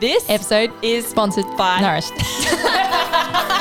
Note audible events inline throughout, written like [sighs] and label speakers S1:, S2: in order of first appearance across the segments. S1: This
S2: Episode
S1: is
S2: sponsored
S1: by
S2: Nourished. [laughs]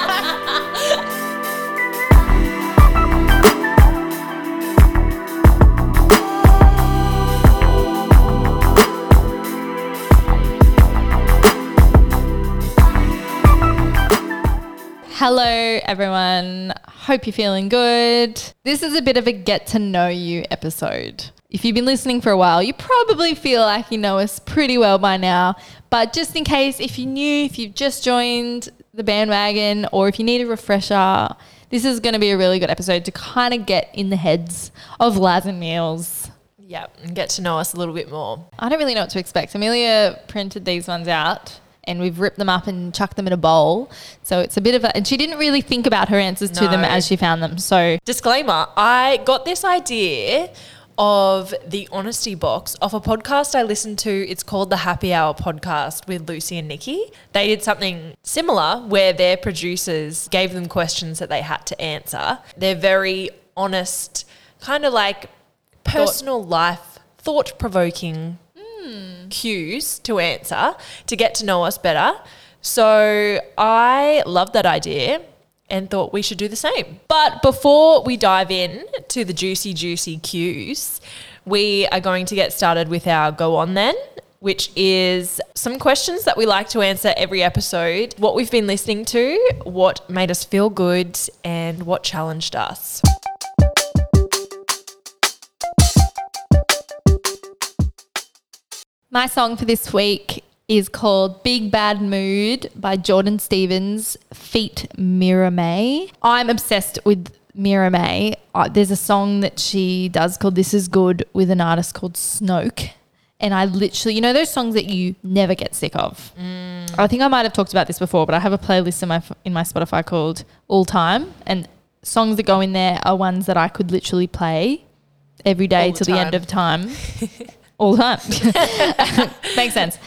S2: Hello, everyone. Hope you're feeling good. This is a bit of a get to know you episode. If you've been listening for a while, you probably feel like you know us pretty well by now. But just in case, if you're new, if you've just joined the bandwagon, or if you need a refresher, this is going to be a really good episode to kind of get in the heads of Laz and Meals.
S1: Yep, and get to know us a little bit more.
S2: I don't really know what to expect. Amelia printed these ones out and we've ripped them up and chucked them in a bowl. So it's a bit of a, and she didn't really think about her answers to them
S1: No.
S2: as she found them. So
S1: Disclaimer I got this idea of the honesty box off a podcast I listened to. It's called the Happy Hour Podcast with Lucy and Nikki. They did something similar where their producers gave them questions that they had to answer. They're very honest, kind of like personal life, thought provoking cues to answer to get to know us better. So I love that idea and thought we should do the same. But before we dive in to the juicy, juicy cues, we are going to get started with our go on then. Which is some questions that we like to answer every episode what we've been listening to, what made us feel good, and what challenged us.
S2: my song for this week is called Big Bad Mood by Jordan Stevens, feat Mira May. I'm obsessed with Mira May. Uh, there's a song that she does called This Is Good with an artist called Snoke. And I literally, you know, those songs that you never get sick of.
S1: Mm.
S2: I think I might have talked about this before, but I have a playlist in my in my Spotify called All Time, and songs that go in there are ones that I could literally play every day
S1: All the
S2: till the end
S1: time.
S2: of time.
S1: [laughs]
S2: All the time. Makes sense.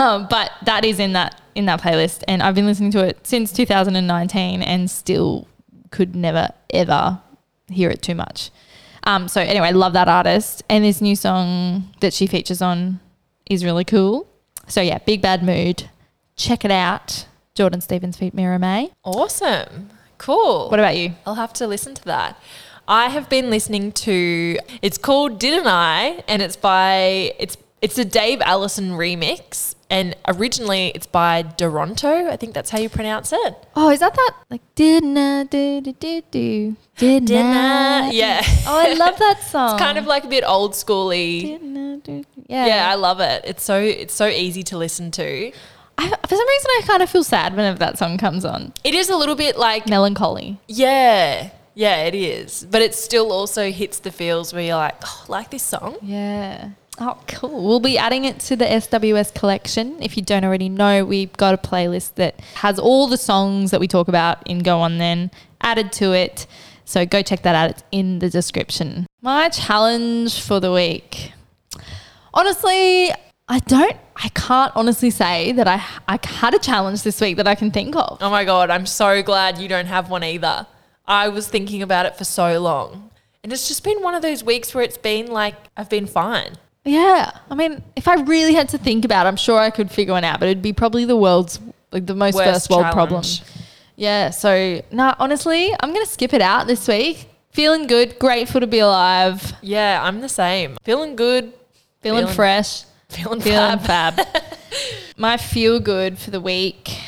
S2: Um, but that is in that in that playlist, and I've been listening to it since 2019, and still could never ever hear it too much. Um, so anyway, love that artist, and this new song that she features on is really cool. So yeah, Big Bad Mood. Check it out. Jordan Stevens feat Mira May.
S1: Awesome. Cool.
S2: What about you?
S1: I'll have to listen to that. I have been listening to it's called Didn't I? And it's by it's it's a Dave Allison remix. And originally it's by Duranto. I think that's how you pronounce it.
S2: Oh, is that that like didn't I do do do do didn't,
S1: Didn't
S2: I?
S1: I? Yeah. [laughs]
S2: Oh, I love [laughs] that song.
S1: It's kind of like a bit old schooly.
S2: Didn't I do-
S1: Yeah.
S2: yeah.
S1: I love it. It's so it's so easy to listen to.
S2: I, for some reason, I kind of feel sad whenever that song comes on.
S1: It is a little bit like
S2: Melancholy.
S1: yeah. Yeah, it is. But it still also hits the feels where you're like, oh, like this song.
S2: Yeah. Oh, cool. We'll be adding it to the SWS collection. If you don't already know, we've got a playlist that has all the songs that we talk about in Go On Then added to it. So go check that out. It's in the description. My challenge for the week. Honestly, I don't, I can't honestly say that I, I had a challenge this week that I can think of.
S1: Oh my God, I'm so glad you don't have one either. I was thinking about it for so long. And it's just been one of those weeks where it's been like, I've been fine.
S2: Yeah. I mean, if I really had to think about it, I'm sure I could figure one out, but it'd be probably the world's like the most
S1: Worst
S2: first world
S1: challenge.
S2: problem. Yeah. So no, honestly, I'm gonna skip it out this week. Feeling good, grateful to be alive,
S1: Yeah, I'm the same. Feeling good, [laughs]
S2: feeling,
S1: Feeling-
S2: fresh,
S1: feeling,
S2: feeling
S1: fab.
S2: fab. My feel good for the week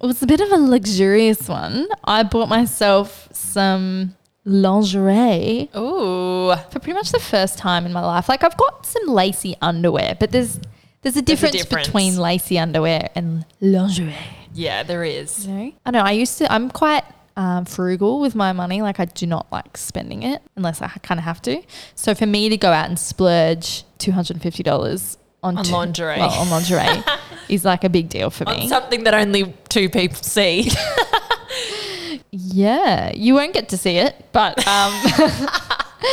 S2: was a bit of a luxurious one. I bought myself some lingerie
S1: Ooh,
S2: for pretty much the first time in my life. Like I've got some lacy underwear, but there's there's a difference,
S1: difference.
S2: between lacy underwear and lingerie.
S1: yeah, there is.
S2: You know? I know. I used to. I'm quite um, frugal with my money. Like I do not like spending it unless I kind of have to. So for me to go out and splurge two hundred and fifty dollars on,
S1: On
S2: two-
S1: lingerie.
S2: well, on
S1: [laughs]
S2: lingerie is like a big deal for me.
S1: On something that only two people [laughs] see.
S2: Yeah, you won't get to see it, but um,
S1: [laughs]
S2: [laughs]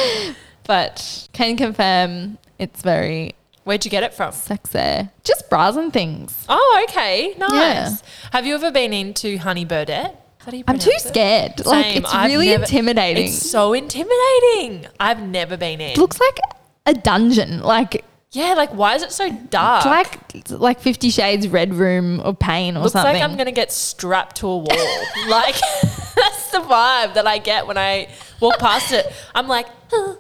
S2: but can confirm it's very
S1: Where'd you get it from?
S2: sexy. Just bras and things.
S1: Oh, okay, nice.
S2: Yeah.
S1: Have you ever been into Honey Burdette? Is that how you
S2: I'm too
S1: pronounce it?
S2: scared. Like
S1: Same,
S2: it's
S1: I've
S2: really
S1: never-
S2: intimidating.
S1: It's so intimidating. I've never been in.
S2: it looks like a dungeon. Like
S1: Yeah, like why is it so dark?
S2: It's like it's like Fifty Shades Red Room or Pain or
S1: Looks
S2: something.
S1: like I'm gonna get strapped to a wall.
S2: [laughs]
S1: like [laughs] that's the vibe that I get when I walk past it. I'm like, huh.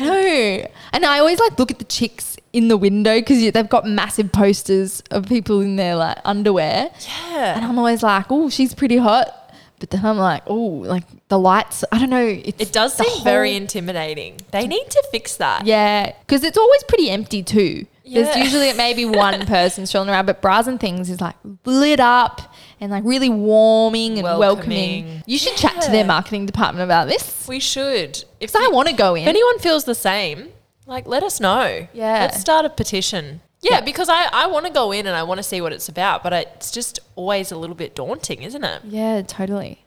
S2: I know. And I always like look at the chicks in the window because they've got massive posters of people in their like underwear. And
S1: yeah.
S2: I'm always like, oh, she's pretty hot. But then I'm like, oh, like the lights. I don't know. It's
S1: It does
S2: the
S1: seem very
S2: whole-
S1: intimidating. They need to fix that.
S2: Yeah, because it's always pretty empty too. There's
S1: Yeah. [laughs]
S2: usually maybe one person strolling around, but bras and things is like lit up and like really warming and welcoming.
S1: Welcoming.
S2: You should chat to their
S1: Yeah.
S2: marketing department about this
S1: We should. If,
S2: because I want to go
S1: if
S2: in.
S1: anyone feels the same, like let us know.
S2: Yeah.
S1: Let's start a petition. Yeah,
S2: Yeah.
S1: because I, I want to go in and I want to see what it's about, but it's just always a little bit daunting, isn't it?
S2: Yeah, totally.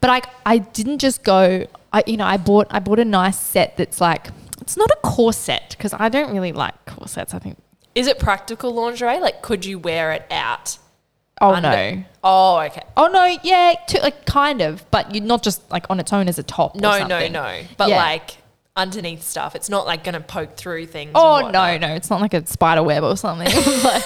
S2: But I I didn't just go. I you know I bought I bought a nice set that's like it's not a corset because I don't really like corsets. I think
S1: Is it practical lingerie? Like, could you wear it out?
S2: oh
S1: under-
S2: no
S1: Oh, okay.
S2: oh no yeah to, like kind of but you're not just like on its own as a top. or
S1: No, no,
S2: something.
S1: no. But
S2: Yeah.
S1: like underneath stuff, it's not like going to poke through things. and
S2: Oh no
S1: whatnot.
S2: no it's not like a spider web or something. [laughs] It's like,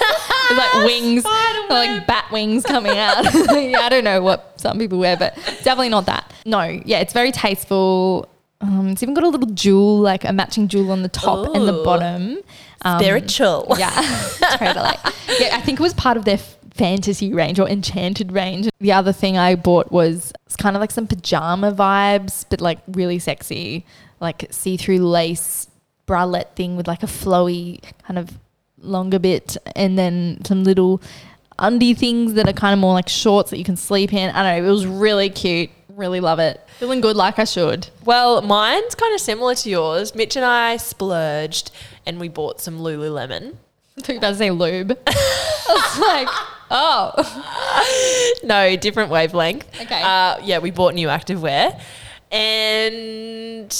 S2: it's
S1: [laughs]
S2: like wings
S1: Spider
S2: like
S1: web.
S2: bat wings coming out. [laughs] yeah, I don't know what some people wear but definitely not that. No yeah it's very tasteful. Um, it's even got a little jewel, like a matching jewel on the top and the
S1: Ooh.
S2: bottom. Um,
S1: Spiritual.
S2: Yeah, [laughs] totally. Yeah, I think it was part of their f- fantasy range or enchanted range. The other thing I bought was it's kind of like some pajama vibes, but like really sexy, like see through lace bralette thing with like a flowy kind of longer bit, and then some little undie things that are kind of more like shorts that you can sleep in. I don't know. It was really cute. Really love it. Feeling good like I should.
S1: Well, mine's kind of similar to yours. Mitch and I splurged and we bought some Lululemon. [laughs]
S2: I thought you were about to say lube. [laughs] I was like, oh,
S1: No, different wavelength.
S2: Okay.
S1: Uh, yeah, we bought new activewear. And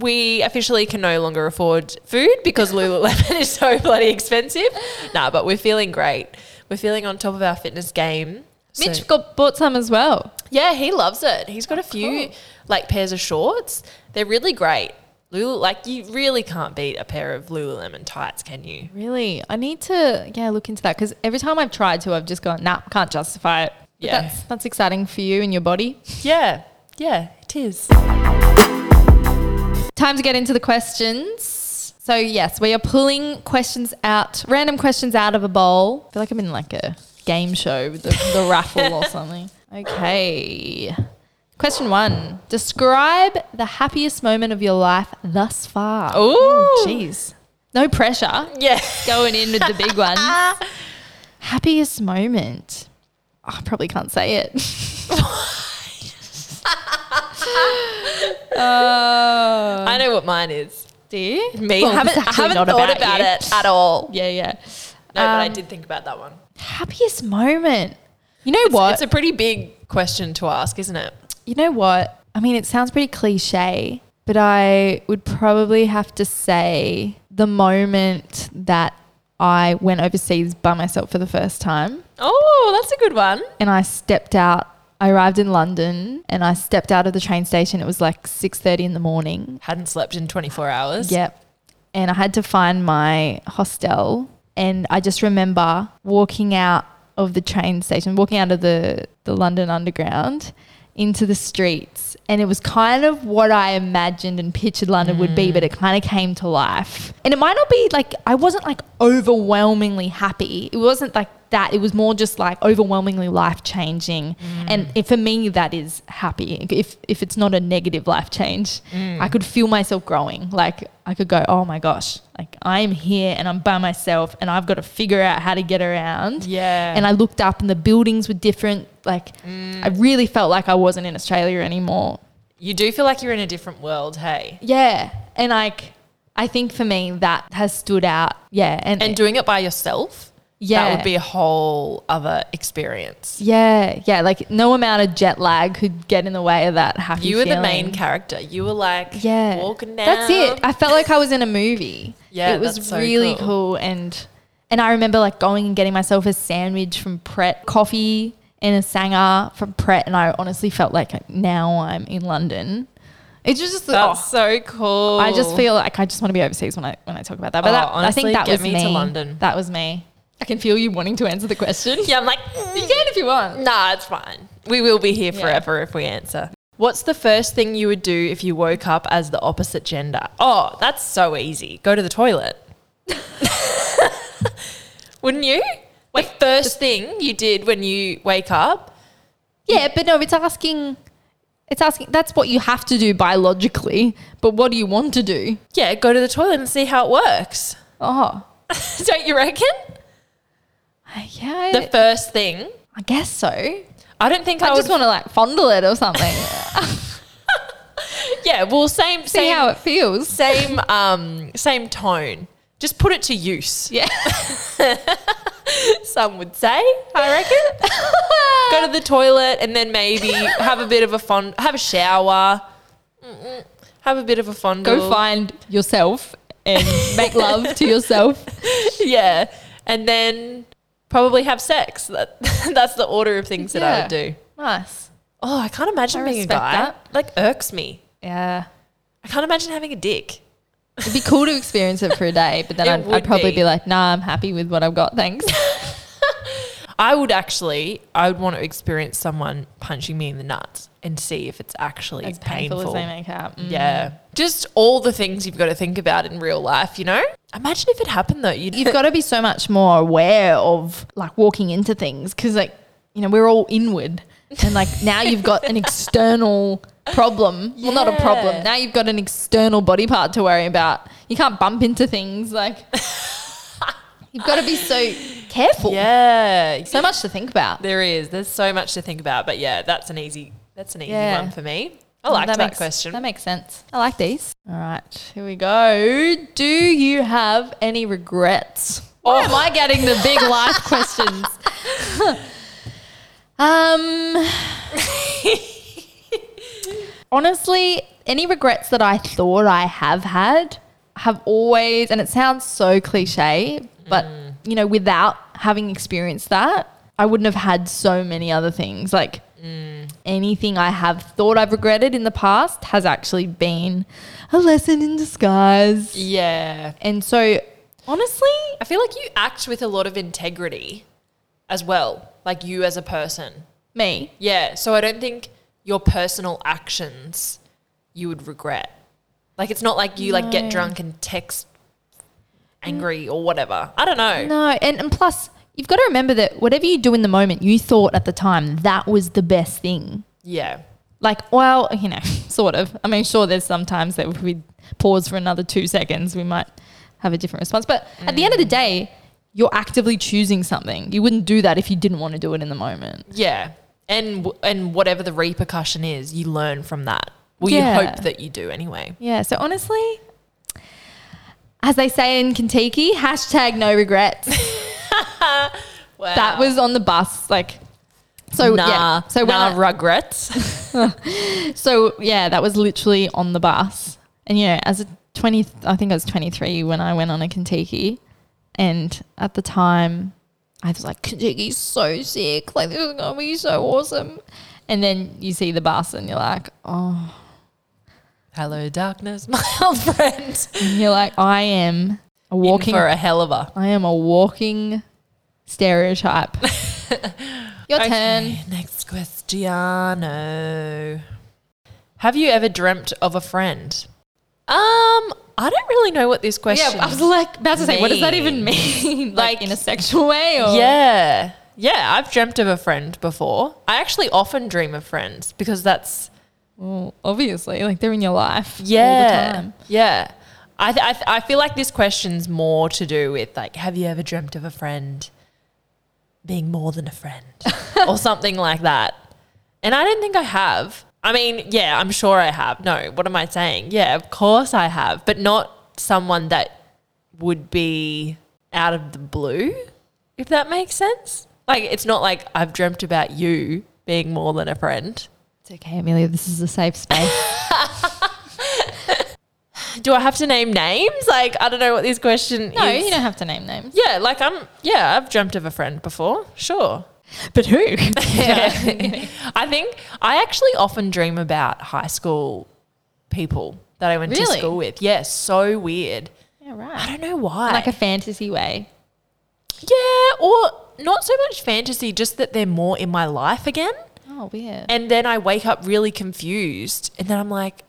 S1: we officially can no longer afford food because Lululemon [laughs] is so bloody expensive. Nah, but we're feeling great. We're feeling on top of our fitness game.
S2: Mitch
S1: So-
S2: got bought some as well.
S1: Yeah, he loves it. He's got a few
S2: Oh, cool.
S1: like pairs of shorts. They're really great. Lulu, like you really can't beat a pair of Lululemon tights, can you?
S2: Really, I need to yeah look into that because every time I've tried to, I've just gone nah, can't justify it. But
S1: Yeah.
S2: that's that's exciting for you and your body.
S1: Yeah, yeah, it is.
S2: Time to get into the questions. So yes, we are pulling questions out, random questions out of a bowl. I feel like I'm in like a game show with the, the raffle
S1: [laughs]
S2: or something. Okay. Question one: Describe the happiest moment of your life thus far. Oh,
S1: Ooh.
S2: jeez, no pressure.
S1: Yeah. [laughs]
S2: going in with the big ones. [laughs] Happiest moment. Oh, I probably can't say
S1: [laughs]
S2: it. Oh,
S1: I know what mine is.
S2: do you?
S1: Uh, Me,
S2: Well,
S1: haven't,
S2: it's actually
S1: haven't
S2: not
S1: thought about,
S2: you.
S1: it at all.
S2: Yeah, yeah.
S1: No, but I
S2: Um,
S1: did think about that one.
S2: Happiest moment. You know what?
S1: It's a pretty big question to ask, isn't it?
S2: you know what? I mean, it sounds pretty cliche, but I would probably have to say the moment that I went overseas by myself for the first time.
S1: Oh, that's a good one.
S2: and I stepped out. I arrived in London and I stepped out of the train station. It was like 6:30 in the morning.
S1: Hadn't slept in 24 hours.
S2: Yep. And I had to find my hostel and I just remember walking out of the train station, walking out of the the London underground into the streets and it was kind of what I imagined and pictured London would be but it kind of came to life. And it might not be like I wasn't like overwhelmingly happy. It wasn't like that. It was more just like overwhelmingly life changing.
S1: Mm.
S2: And if, for me, that is happy. If if it's not a negative life change,
S1: Mm.
S2: I could feel myself growing. Like I could go, oh my gosh, like I am here and I'm by myself and I've got to figure out how to get around.
S1: Yeah.
S2: And I looked up and the buildings were different. Like I
S1: Mm.
S2: really felt like I wasn't in Australia anymore.
S1: You do feel like you're in a different world, hey?
S2: Yeah. And like I think for me that has stood out. Yeah. And,
S1: And doing it by yourself?
S2: yeah.
S1: That would be a whole other experience.
S2: Yeah, yeah. Like no amount of jet lag could get in the way of that happy.
S1: You were the main
S2: feeling.
S1: character. You were like
S2: Yeah,
S1: walking down.
S2: That's it. I felt like I was in a movie.
S1: Yeah,
S2: it was
S1: that's so
S2: really
S1: cool.
S2: cool. And and I remember like going and getting myself a sandwich from Pret, coffee and a sanger from Pret, and I honestly felt like now I'm in London. It's just,
S1: That's
S2: oh,
S1: so cool.
S2: I just feel like I just want to be overseas when I when I talk about that. But
S1: Oh,
S2: that, I
S1: honestly,
S2: think that
S1: get
S2: was
S1: me
S2: me.
S1: to London.
S2: That was me. I can feel you wanting to answer the [laughs] question.
S1: Yeah, I'm like, "Mm,
S2: You can if you want.
S1: nah, it's fine. We will be here
S2: Yeah.
S1: forever if we answer. What's the first thing you would do if you woke up as the opposite gender? Oh, that's so easy. Go to
S2: [laughs]
S1: the toilet. Wouldn't you? Wait, the first thing you did when you wake up?
S2: Yeah, but no, it's asking. It's asking. That's what you have to do biologically. But what do you want to do?
S1: Yeah, go to the toilet and see how it works. [laughs]
S2: Oh,
S1: Don't you reckon?
S2: yeah.
S1: The first thing.
S2: I guess so. I,
S1: I don't think I, would.
S2: just want to like fondle it or
S1: [laughs]
S2: something.
S1: yeah, well, same,
S2: See
S1: same,
S2: how it feels.
S1: same, um, same tone. Just put it to use.
S2: [laughs] Yeah.
S1: Some would say, I
S2: [laughs]
S1: reckon. Go to the toilet and then maybe have a bit of a fond, have a shower, Mm-mm. have a bit of a fondle.
S2: Go find yourself and make love to yourself.
S1: [laughs] [laughs] yeah, and then probably have sex. That, [laughs] that's the order of things that I would
S2: Yeah.
S1: do.
S2: Nice.
S1: Oh, I can't imagine
S2: I
S1: being a
S2: respect
S1: guy.
S2: that.
S1: Like irks me.
S2: Yeah.
S1: I can't imagine having a dick.
S2: It'd be cool to experience it for a day, but then
S1: It
S2: I'd,
S1: would
S2: I'd probably
S1: be.
S2: be like, nah, I'm happy with what I've got. Thanks.
S1: I would actually, I would want to experience someone punching me in the nuts and see if it's actually
S2: As
S1: painful.
S2: painful as they make out. Mm.
S1: Yeah. Just all the things you've got to think about in real life, you know? Imagine if it happened though. You'd,
S2: You've got to be so much more aware of like walking into things because, like, you know, we're all inward. And like now you've got an external problem. Well, not a
S1: Yeah.
S2: problem. Now you've got an external body part to worry about. You can't bump into things.
S1: [laughs]
S2: Like, you've got to be so careful.
S1: Yeah.
S2: So much to think about.
S1: There is. There's so much to think about. But yeah, that's an easy that's an easy
S2: Yeah.
S1: one for me. I like that,
S2: makes,
S1: question.
S2: That makes sense. I like these. All right, here we go. Do you have any regrets?
S1: Oh.
S2: Why am I getting the big [laughs] life questions? um, honestly, any regrets that I thought I have had have always, and it sounds so cliche, but you know, without having experienced that, I wouldn't have had so many other things. Like, anything I have thought I've regretted in the past has actually been a lesson in disguise.
S1: yeah.
S2: And so, honestly,
S1: I feel like you act with a lot of integrity as well. Like you as a person.
S2: me,
S1: Yeah. So I don't think your personal actions you would regret. Like it's not like you like get
S2: No.
S1: drunk and text angry or whatever. I don't know.
S2: no. And, and plus, you've got to remember that whatever you do in the moment, you thought at the time that was the best thing.
S1: Yeah.
S2: Like, well, you know, [laughs] sort of. I mean, sure, there's sometimes that if we pause for another two seconds, we might have a different response. But at the end of the day, you're actively choosing something. You wouldn't do that if you didn't want to do it in the moment.
S1: Yeah. And w- and whatever the repercussion is, you learn from that. Well, you
S2: Yeah.
S1: hope that you do anyway.
S2: Yeah. So honestly, as they say in Kentucky, hashtag no [laughs] regrets.
S1: Wow.
S2: That was on the bus, like. So
S1: nah,
S2: yeah. So when
S1: nah
S2: I-
S1: [laughs] regrets.
S2: so yeah, that was literally on the bus, and you know, as a twenty, I think I was twenty three when I went on a Kentucky, and at the time, I was like, Kentucky's so sick, like this is gonna be so awesome, and then you see the bus and you're like, oh.
S1: Hello, darkness, [laughs] my old friend.
S2: And you're like, I am a
S1: Walking
S2: walking
S1: for a hell of a
S2: I am a walking [laughs] stereotype. Your turn.
S1: Okay, Next question. Have you ever dreamt of a friend? Um, I don't really know what this question.
S2: Yeah, I was like about to say, what does that even mean? like,
S1: Like-
S2: in a sexual way or
S1: Yeah. oh. Yeah, I've dreamt of a friend before. I actually often dream of friends because that's
S2: Well, obviously, like they're in your life all
S1: yeah,
S2: the time.
S1: yeah. I th- I, th- I feel like this question's more to do with like, have you ever dreamt of a friend being more than
S2: [laughs]
S1: a friend or something like that? And I don't think I have. I mean, yeah, I'm sure I have. No, what am I saying? Yeah, of course I have, but not someone that would be out of the blue, if that makes sense. Like, it's not like I've dreamt about you being more than a friend.
S2: It's okay, Amelia. This is a safe space.
S1: Do I have to name names? Like, I don't know what this question
S2: [laughs] no,
S1: is.
S2: you don't have to name names.
S1: Yeah, like I'm. Yeah, I've dreamt of a friend before. Sure.
S2: [laughs] But [laughs] who?
S1: [laughs] I think I actually often dream about high school people that I went to
S2: Really?
S1: school with. Yeah, so weird.
S2: Yeah, [laughs]
S1: I
S2: right.
S1: don't know why.
S2: Like a fantasy way.
S1: yeah, or not so much fantasy, just that they're more in my life again.
S2: Oh, weird.
S1: And then I wake up really confused. And then I'm like,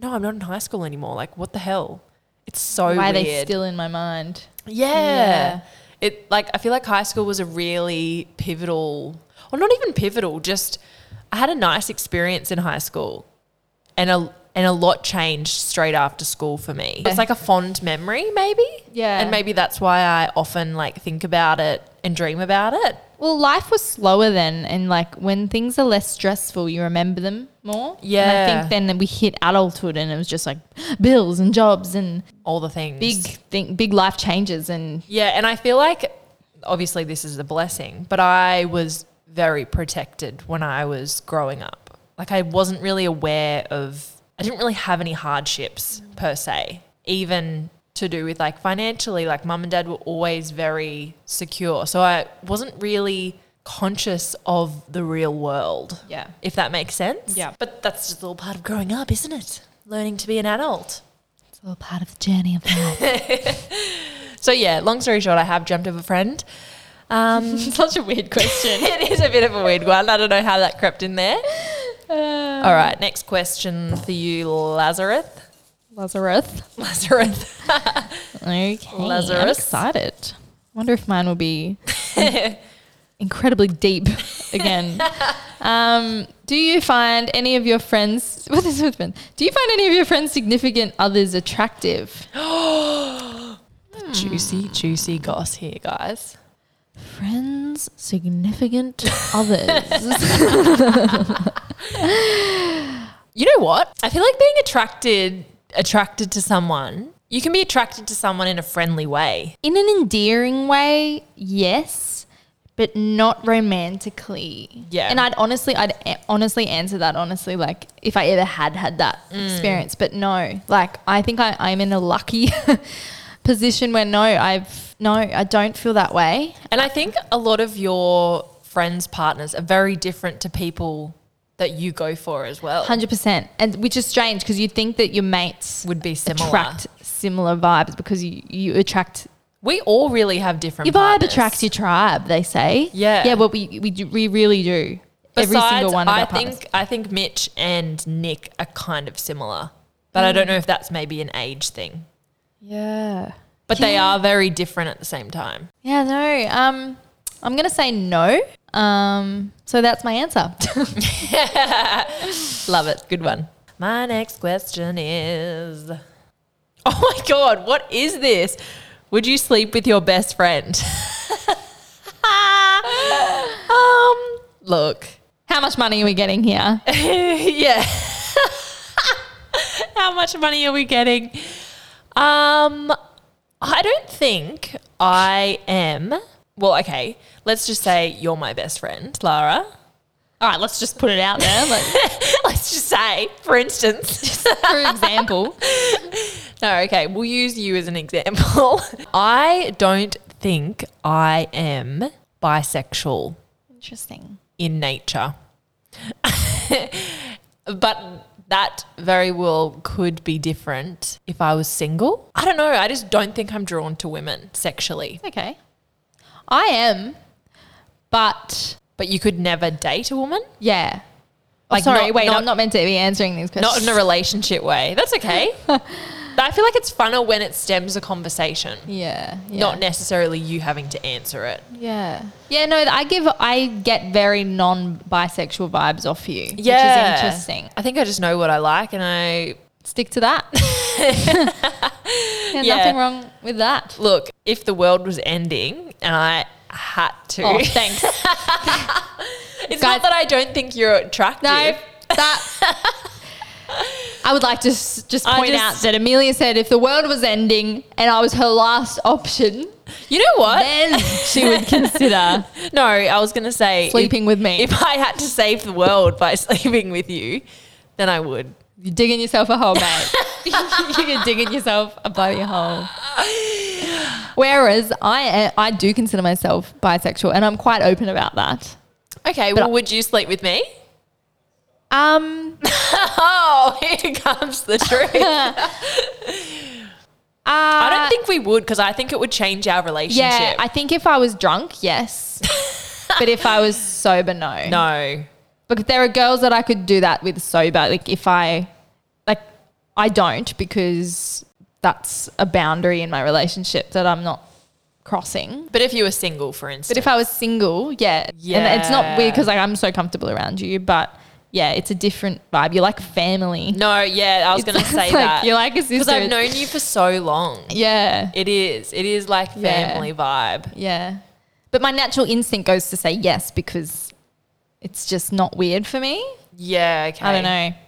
S1: no, I'm not in high school anymore. Like, what the hell? It's so
S2: Why
S1: weird.
S2: are they still in my mind?
S1: yeah.
S2: Yeah.
S1: It like I feel like high school was a really pivotal or not even pivotal, just I had a nice experience in high school. And a and a lot changed straight after school for me. It's like a fond memory maybe.
S2: Yeah.
S1: And maybe that's why I often like think about it and dream about it.
S2: Well, life was slower then, and like when things are less stressful, you remember them more. And I
S1: Yeah.
S2: think then we hit adulthood, and it was just like bills and jobs and
S1: All the things.
S2: big thing, big life changes, and
S1: Yeah, and I feel like obviously this is a blessing, but I was very protected when I was growing up. Like I wasn't really aware of I didn't really have any hardships per se, even to do with like financially, like mum and dad were always very secure. So I wasn't really conscious of the real world.
S2: Yeah.
S1: If that makes sense.
S2: Yeah.
S1: But that's just all part of growing up, isn't it? Learning to be an adult.
S2: it's all part of the journey of life. [laughs]
S1: So yeah, long story short, I have dreamt of a friend. Um,
S2: Such a weird question.
S1: [laughs] it is a bit of a weird one. I don't know how that crept in there.
S2: Uh,
S1: All right, next question for you, Lazarus. [laughs]
S2: Lazarus.
S1: Lazarus.
S2: Okay. I'm
S1: Lazarus.
S2: excited. Wonder if mine will [laughs] be incredibly deep again. um, do you find any of your friends? What is with men? Do you find any of your friends' significant others attractive?
S1: Juicy, juicy goss here, guys.
S2: Friends, significant [laughs] others.
S1: You know what? I feel like being attracted attracted to someone. You can be attracted to someone in a friendly way.
S2: In an endearing way, yes, but not romantically.
S1: Yeah.
S2: And I'd honestly, I'd a- honestly answer that honestly, like if I ever had had that
S1: Mm.
S2: experience, but no, like I think I, I'm in a lucky [laughs] position where no, I've, no, I don't feel that way.
S1: And I think a lot of your friends' partners are very different to people that you go for as well.
S2: 100%. And which is strange because you think that your mates
S1: Would be similar.
S2: attract similar vibes because you, you attract
S1: We all really have different
S2: Your vibe
S1: partners.
S2: attracts your tribe, they say.
S1: Yeah.
S2: Yeah, but we we, do, we really do. Every single one of
S1: I
S2: our partners.
S1: think I think Mitch and Nick are kind of similar, but I don't know if that's maybe an age thing.
S2: Yeah.
S1: But they are very different at the same time.
S2: Yeah, no. Um I'm gonna say no. Um so that's my answer. [laughs]
S1: Love it. Good one. My next question is [laughs] Oh my god, what is this? Would you sleep with your best friend? [laughs] um, look.
S2: How much money are we getting here?
S1: [laughs] yeah. How much money are we getting? Um, I don't think I am. Well, okay. Let's just say you're my best friend, Lara. [laughs]
S2: All right, let's just put it out there. Like,
S1: Let's just say, for instance. [laughs]
S2: for example.
S1: no, okay. We'll use you as an example. [laughs] I don't think I am bisexual.
S2: Interesting.
S1: in nature. but that very well could be different if I was single. I don't know. I just don't think I'm drawn to women sexually.
S2: Okay. I am, but
S1: But you could never date a woman?
S2: yeah. Oh,
S1: Like,
S2: sorry,
S1: not-
S2: wait,
S1: not-
S2: I'm not meant to be answering these
S1: Not
S2: questions.
S1: in a relationship way. That's
S2: [laughs]
S1: okay. But I feel like it's funner when it stems a conversation,
S2: yeah, yeah.
S1: not necessarily you having to answer it.
S2: Yeah. Yeah, no, I give I get very non bisexual vibes off you. Which is interesting.
S1: I think I just know what I like and I
S2: Stick to that. yeah,
S1: Yeah.
S2: nothing wrong with that.
S1: look, if the world was ending and I had to
S2: Oh, thanks.
S1: [laughs] It's
S2: Guys-
S1: not that I don't think you're attractive.
S2: No, that [laughs] I would like to s- just
S1: I
S2: point
S1: just-
S2: out that Amelia said if the world was ending and I was her last option,
S1: You know what?
S2: then she
S1: [laughs]
S2: would consider
S1: no, I was going to say if-
S2: sleeping with me.
S1: [laughs] If, I had to save the world by [laughs] sleeping with you, then I would.
S2: You're digging yourself a hole,
S1: [laughs]
S2: mate. [laughs] You're digging yourself a bloody hole. Whereas I, eh, I do consider myself bisexual, and I'm quite open about that.
S1: Okay,
S2: But
S1: well,
S2: I-
S1: would you sleep with me?
S2: Um,
S1: [laughs] Oh, here comes the truth. [laughs]
S2: uh,
S1: I don't think we would because I think it would change our relationship.
S2: Yeah, I think if I was drunk,
S1: [laughs]
S2: yes. but if I was sober, no.
S1: no.
S2: Because there are girls that I could do that with sober. Like if I, like, I don't because that's a boundary in my relationship that I'm not crossing.
S1: But if you were single, for
S2: But
S1: instance,
S2: if I was single, yeah, and it's not weird
S1: Yeah.
S2: because like I'm so comfortable around you, but yeah, it's a different vibe. You're like family.
S1: no, yeah, I was
S2: [laughs] It's
S1: going to
S2: like-
S1: say
S2: like,
S1: that
S2: You're like a
S1: because
S2: sister.
S1: I've known you for so long.
S2: Yeah,
S1: It is. It is like
S2: Yeah.
S1: family vibe.
S2: yeah. But my natural instinct goes to say yes because it's just not weird for me.
S1: Yeah. Okay.
S2: I don't know.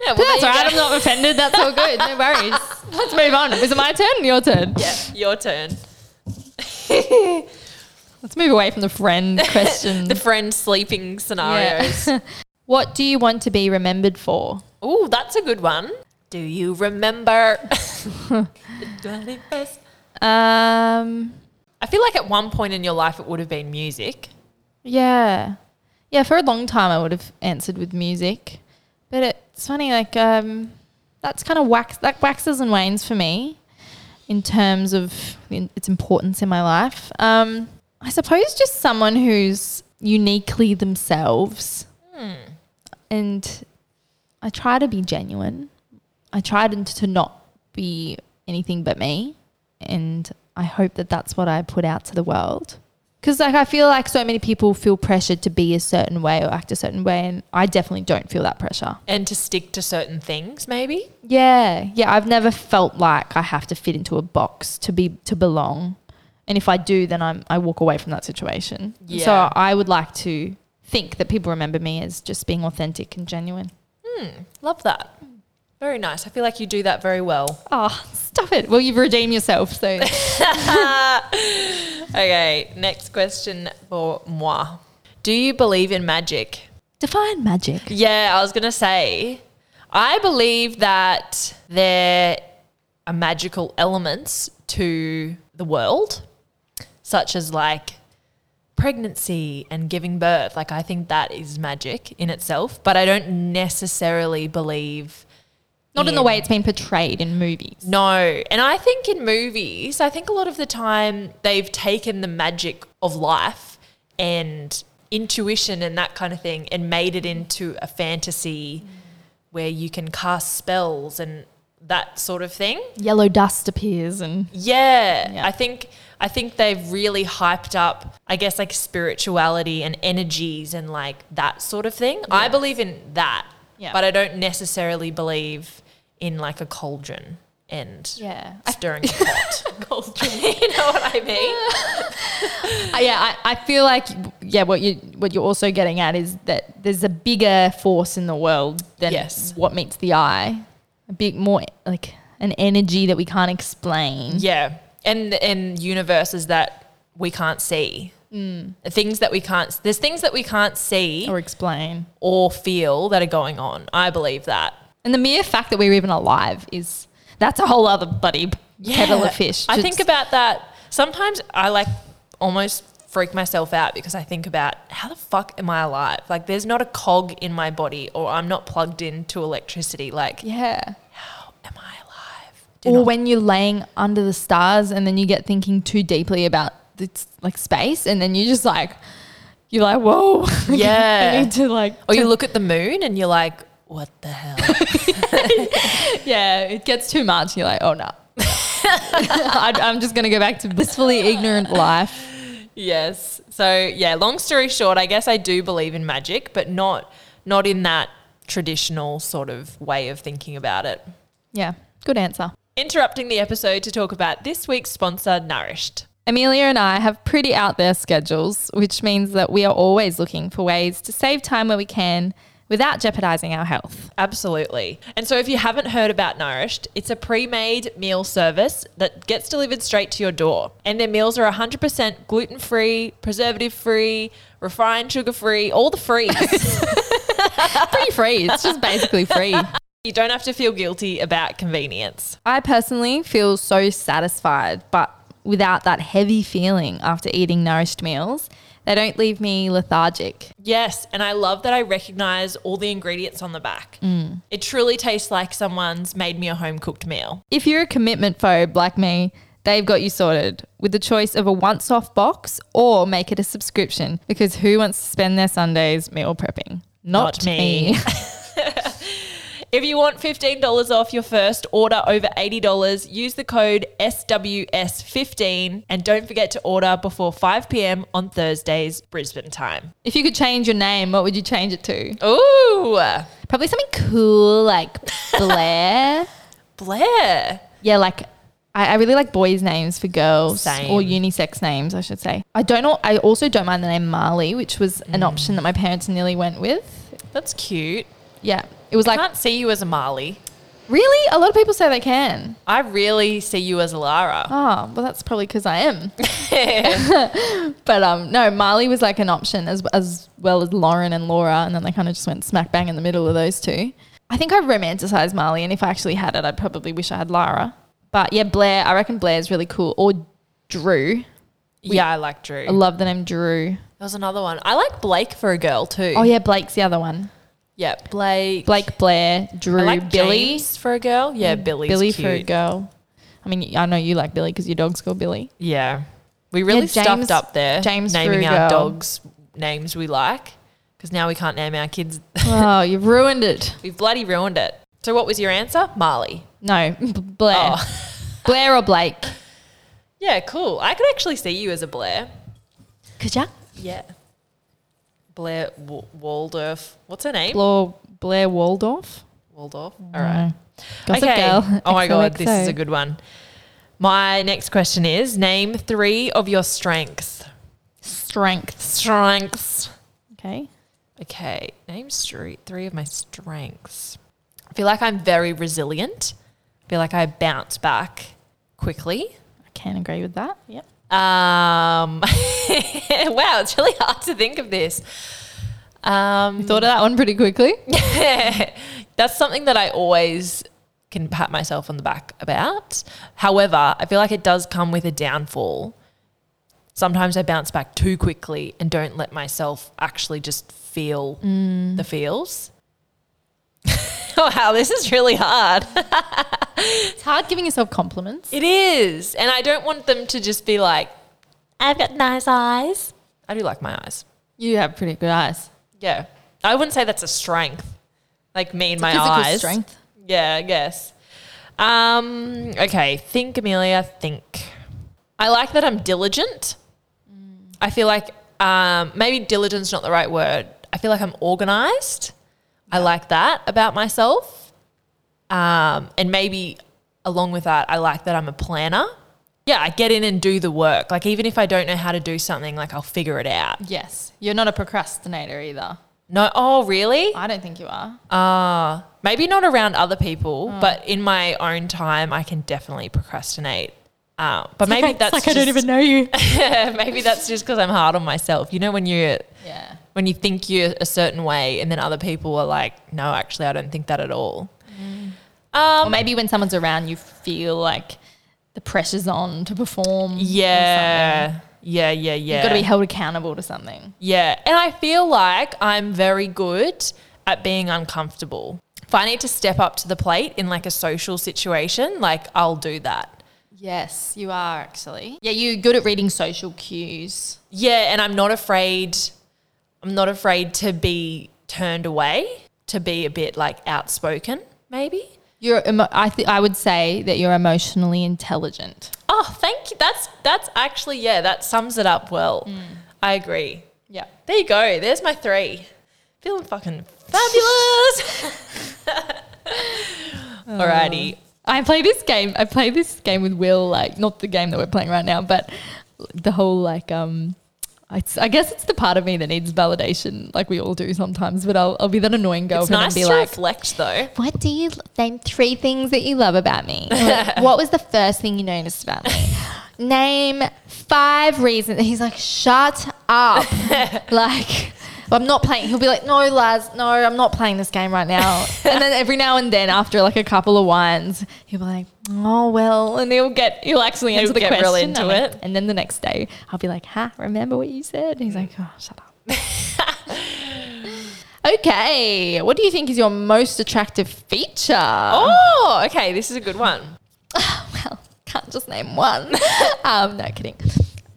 S1: Yeah, well,
S2: But that's
S1: there
S2: all
S1: you
S2: right.
S1: go.
S2: I'm
S1: [laughs]
S2: not offended. That's all good. No worries. Let's move on. Is it my turn? Your turn.
S1: Yeah, your turn.
S2: Let's move away from the friend question.
S1: [laughs] The friend sleeping scenarios.
S2: Yeah. [laughs] what do you want to be remembered for?
S1: Ooh, that's a good one. Do you remember? [laughs] The 21st?
S2: Um,
S1: I feel like at one point in your life it would have been music.
S2: yeah, yeah. For a long time, I would have answered with music, but it's funny. Like, um, that's kind of wax that waxes and wanes for me in terms of in- its importance in my life. Um, I suppose just someone who's uniquely themselves, and I try to be genuine. I try to- to not be anything but me, and I hope that that's what I put out to the world. Because like I feel like so many people feel pressured to be a certain way or act a certain way, and I definitely don't feel that pressure.
S1: and to stick to certain things maybe
S2: Yeah, yeah. I've never felt like I have to fit into a box to be to belong, and if I do, then I'm I walk away from that situation. So
S1: Yeah.
S2: I would like to think that people remember me as just being authentic and genuine.
S1: love that very nice i feel like you do that very well
S2: Oh, stop it! Well, you've redeemed yourself, so
S1: okay next question for moi do you believe in magic
S2: [laughs] define magic.
S1: yeah i was gonna say i believe that there are magical elements to the world such as like pregnancy and giving birth. Like, I think that is magic in itself, but I don't necessarily believe.
S2: Not in the way it's been portrayed in movies.
S1: No. And I think in movies, I think a lot of the time they've taken the magic of life and intuition and that kind of thing and made it into a fantasy where you can cast spells and that sort of thing.
S2: Yellow dust appears and
S1: Yeah,
S2: Yeah.
S1: I think I think they've really hyped up, I guess, like spirituality and energies and like that sort of thing. I believe in that,
S2: Yeah.
S1: but I don't necessarily believe in like a cauldron and
S2: yeah,
S1: stirring a pot. [laughs] cauldron, you know what I mean?
S2: [laughs] I, Uh, yeah. I, I feel like yeah. What you what you're also getting at is that there's a bigger force in the world than
S1: Yes.
S2: what meets the eye. A big more like an energy that we can't explain.
S1: Yeah, and and universes that we can't see, Mm. things that we can't. There's things that we can't see
S2: Or explain.
S1: or feel that are going on. I believe that.
S2: And the mere fact that we're even alive is that's a whole other bloody kettle of fish.
S1: I
S2: Just-
S1: think about that. Sometimes I like almost freak myself out because I think about how the fuck am I alive? Like there's not a cog in my body or I'm not plugged into electricity. Like
S2: yeah.
S1: how am I alive? Do
S2: Or
S1: not-
S2: when you're laying under the stars and then you get thinking too deeply about it's like space and then you just like you're like whoa [laughs] I
S1: Yeah.
S2: need to like
S1: or you look at the moon and you're like, what the hell?
S2: yeah it gets too much and you're like oh no [laughs] I, I'm just gonna go back to blissfully ignorant life
S1: yes. So yeah, long story short, I guess I do believe in magic, but not not in that traditional sort of way of thinking about it.
S2: yeah good answer
S1: Interrupting the episode to talk about this week's sponsor, Nourished.
S2: Amelia and I have pretty out there schedules, which means that we are always looking for ways to save time where we can without jeopardizing our health.
S1: Absolutely. And so, if you haven't heard about Nourished, it's a pre made meal service that gets delivered straight to your door. And their meals are 100% gluten free, preservative free, refined sugar free, all the frees. [laughs]
S2: Pretty free. It's just basically free.
S1: you don't have to feel guilty about convenience.
S2: I personally feel so satisfied, but without that heavy feeling after eating nourished meals. They don't leave me lethargic.
S1: Yes, and I love that I recognize all the ingredients on the back.
S2: Mm.
S1: It truly tastes like someone's made me a home cooked meal.
S2: If you're a commitment phobe like me, they've got you sorted with the choice of a once off box or make it a subscription because who wants to spend their Sundays meal prepping? Not,
S1: Not me.
S2: me. [laughs]
S1: If you want $15 off your first order over $80, use the code SWS15 and don't forget to order before 5 p.m. on Thursdays, Brisbane time.
S2: if you could change your name, what would you change it to?
S1: Ooh,
S2: Probably something cool [laughs] like Blair.
S1: Blair.
S2: yeah, like I, I really like boys' names for girls
S1: Same.
S2: or unisex names, I should say. I don't know. I also don't mind the name Marley, which was an option that my parents nearly went with.
S1: That's cute.
S2: Yeah, it was
S1: I
S2: like
S1: can't see you as a Marley.
S2: really a lot of people say they can.
S1: I really see you as a Lara.
S2: Oh, well, that's probably because I
S1: [laughs]
S2: am. but um, no, Marley was like an option as as well as Lauren and Laura, and then they kind of just went smack bang in the middle of those two. I think I romanticized Marley, and if I actually had it, I'd probably wish I had Lara. But yeah, Blair, I reckon Blair's really cool. Or Drew,
S1: yeah, I like Drew.
S2: I love the name Drew.
S1: There's another one. I like Blake for a girl too.
S2: Oh yeah, Blake's the other one.
S1: yeah, Blake.
S2: Blake, Blair, Drew,
S1: I like
S2: Billy,
S1: James for a girl. Yeah, Billy's
S2: Billy
S1: cute.
S2: for a girl. I mean, I know you like Billy because your dog's called
S1: [laughs]
S2: Billy.
S1: Yeah, we really
S2: Yeah, James-
S1: stuffed up there.
S2: James
S1: naming
S2: for a
S1: our
S2: girl.
S1: dogs names we like because now we can't name our kids. [laughs]
S2: oh, you've ruined it.
S1: We've bloody ruined it. So what was your answer, Marley?
S2: No, B- Blair,
S1: Oh, [laughs]
S2: Blair or Blake.
S1: yeah, cool. I could actually see you as a Blair.
S2: Could ya?
S1: Yeah, Blair w- Waldorf. What's her name?
S2: Blair, Blair Waldorf.
S1: Waldorf. All right.
S2: Mm, Gossip Girl.
S1: [laughs] Oh my god, this is
S2: XOXO.
S1: a good one. My next question is: Name three of your strengths.
S2: strength.
S1: Strengths.
S2: Okay.
S1: Okay, name three three of my strengths. I feel like I'm very resilient. I feel like I bounce back quickly.
S2: I can agree with that. Yep.
S1: Hmm. Um, [laughs] wow, it's really hard to think of this. Um,
S2: Thought of that one pretty
S1: [laughs]
S2: quickly.
S1: that's something that I always can pat myself on the back about. However, I feel like it does come with a downfall. Sometimes I bounce back too quickly and don't let myself actually just feel the feels. [laughs] wow, this is really hard. [laughs]
S2: It's hard giving yourself compliments.
S1: It is. And I don't want them to just be like, I've got nice eyes. I do like my eyes.
S2: You have pretty good eyes.
S1: Yeah. I wouldn't say that's a strength. Like me and my
S2: Physical
S1: eyes.
S2: strength.
S1: Yeah, I guess. Um, okay, think, Amelia, think. I like that I'm diligent. I feel like um, maybe diligent's not the right word. I feel like I'm organized. I like that about myself. Um, and maybe along with that, I like that I'm a planner. Yeah, I get in and do the work. Like even if I don't know how to do something, like I'll figure it out.
S2: Yes. You're not a procrastinator either.
S1: No, oh really?
S2: I don't think you are.
S1: Ah, maybe not around other people,
S2: Hmm.
S1: but in my own time, I can definitely procrastinate. Uh, but maybe that's just-
S2: know
S1: [laughs]
S2: you.
S1: maybe that's just because I'm hard on myself. You know, when you
S2: yeah.
S1: when you think you're a certain way, and then other people are like, "No, actually, I don't think that at all."
S2: Hmm.
S1: Um,
S2: Or maybe when someone's around, you feel like the pressure's on to perform. or something.
S1: Yeah, yeah, yeah, yeah.
S2: You've got to be held accountable to something.
S1: Yeah. And I feel like I'm very good at being uncomfortable. If I need to step up to the plate in like a social situation, like I'll do that.
S2: Yes, you are actually. Yeah, you're good at reading social cues.
S1: Yeah, and I'm not afraid. I'm not afraid to be turned away, to be a bit like outspoken, maybe.
S2: You're, emo- I, th- I would say that you're emotionally intelligent.
S1: Oh, thank you. That's that's actually yeah, that sums it up well.
S2: Mm.
S1: I agree.
S2: Yeah.
S1: There you go. There's my three. Feeling fucking
S2: [laughs]
S1: fabulous. [laughs] Alrighty.
S2: I play this game. I play this game with Will, like not the game that we're playing right now, but the whole like um, it's, I guess it's the part of me that needs validation, like we all do sometimes. But I'll, I'll be that annoying
S1: It's
S2: girlfriend
S1: nice
S2: and be
S1: to
S2: like,
S1: reflect though.
S2: "What do you name three things that you love about me? what was the first thing you noticed about me? Name five reasons." And he's like, "Shut up!" like But I'm not playing. He'll be like, no, Laz, no, I'm not playing this game right now. and then every now and then, after like a couple of wines, he'll be like, oh well, and he'll get he'll actually answer
S1: He'll
S2: the
S1: get
S2: question.
S1: real into
S2: I'm like-
S1: it.
S2: And then the next day, I'll be like, ha, remember what you said? And he's like, oh, shut [laughs] up. okay, what do you think is your most attractive feature?
S1: Oh, okay. This is a good one.
S2: [laughs] well, can't just name one. [laughs] um, no kidding.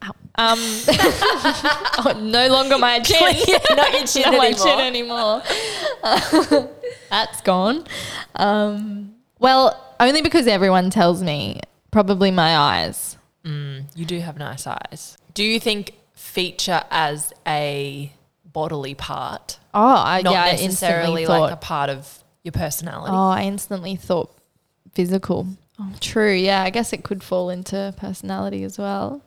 S2: Ow. Um, oh, no longer [laughs] my chin.
S1: [laughs] Not your chin
S2: [laughs] Not my
S1: anymore.
S2: chin anymore. Uh, [laughs] that's gone. Um, well, only because everyone tells me. Probably my eyes.
S1: You do have nice eyes. Do you think feature as a bodily part,
S2: Oh, I,
S1: not
S2: yeah, I instantly
S1: necessarily
S2: thought.
S1: like a part of your personality?
S2: oh, I instantly thought physical. Oh, true. Yeah, I guess it could fall into personality as well.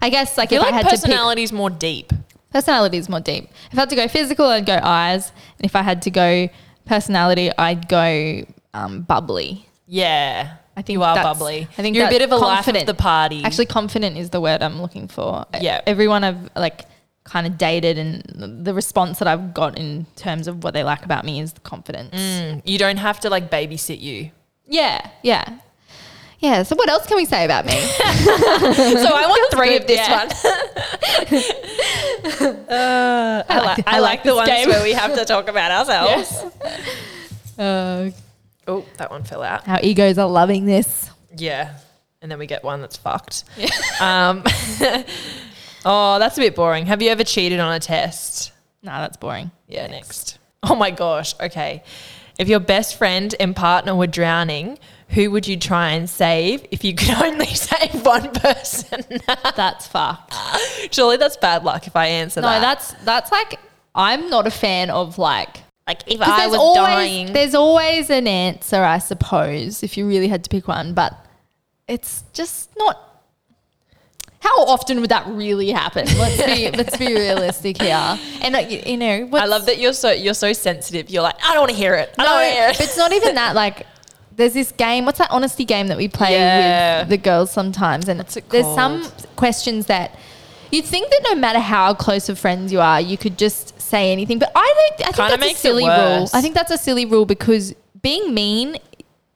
S2: I guess like
S1: I feel
S2: if I
S1: like
S2: had to pick
S1: personality is more deep.
S2: Personality is more deep. If I had to go physical, I'd go eyes. And if I had to go personality, I'd go um, bubbly.
S1: Yeah.
S2: I think
S1: you are
S2: that's-
S1: bubbly.
S2: I think
S1: you're a
S2: that's
S1: bit of a life
S2: confident.
S1: of the party.
S2: Actually, confident is the word I'm looking for.
S1: Yeah.
S2: Everyone I've like kind of dated and the response that I've got in terms of what they like about me is the confidence.
S1: Mm, you don't have to like
S2: [laughs]
S1: babysit you.
S2: Yeah. Yeah. Yeah. So what else can we say about [laughs] me?
S1: So I want three
S2: good,
S1: of this
S2: yeah. [laughs]
S1: one. Uh, I, like, I like the
S2: this
S1: ones
S2: game.
S1: where we have to talk
S2: [laughs]
S1: about ourselves.
S2: uh,
S1: Oh, that one fell out.
S2: our egos are loving this.
S1: Yeah. And then we get one that's fucked. [laughs] Um, oh, that's a bit boring. Have you ever cheated on a test?
S2: Nah, that's boring.
S1: Yeah, next. Oh my gosh. Okay. If your best friend and partner were drowning, who would you try and save if you could [laughs] only save one person?
S2: [laughs]
S1: [laughs]
S2: That's fucked.
S1: Surely that's bad luck if I answer
S2: No,
S1: that.
S2: that's that's like I'm not a fan of like
S1: like if
S2: 'cause
S1: I
S2: there's
S1: was
S2: always,
S1: dying.
S2: There's always an answer, I suppose, if you really had to pick one, but it's just not how often would that really happen? Let's [laughs] be let's be realistic here. And uh, you, you know,
S1: I love that you're so you're so sensitive. You're like, I don't want to hear it. I don't want to hear
S2: No,
S1: it.
S2: it's not even that like there's this game. What's that honesty game that we play
S1: Yeah.
S2: with the girls sometimes? And
S1: What's it
S2: there's some
S1: called?
S2: questions that you'd think that no matter how close of friends you are, you could just say anything. But I don't. I think
S1: Kinda
S2: that's
S1: makes
S2: a
S1: it
S2: silly rule.
S1: worse.
S2: I think that's a silly rule because being mean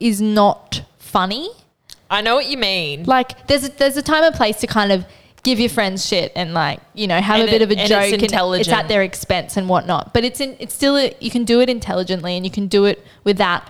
S2: is not funny.
S1: [laughs] I know what you mean.
S2: Like there's a, there's a time and place to kind of give your friends shit and like you know have
S1: And
S2: a bit
S1: it-
S2: of a
S1: and it's
S2: joke and it's
S1: intelligent.
S2: at their expense and whatnot. But it's in it's still a, you can do it intelligently and you can do it without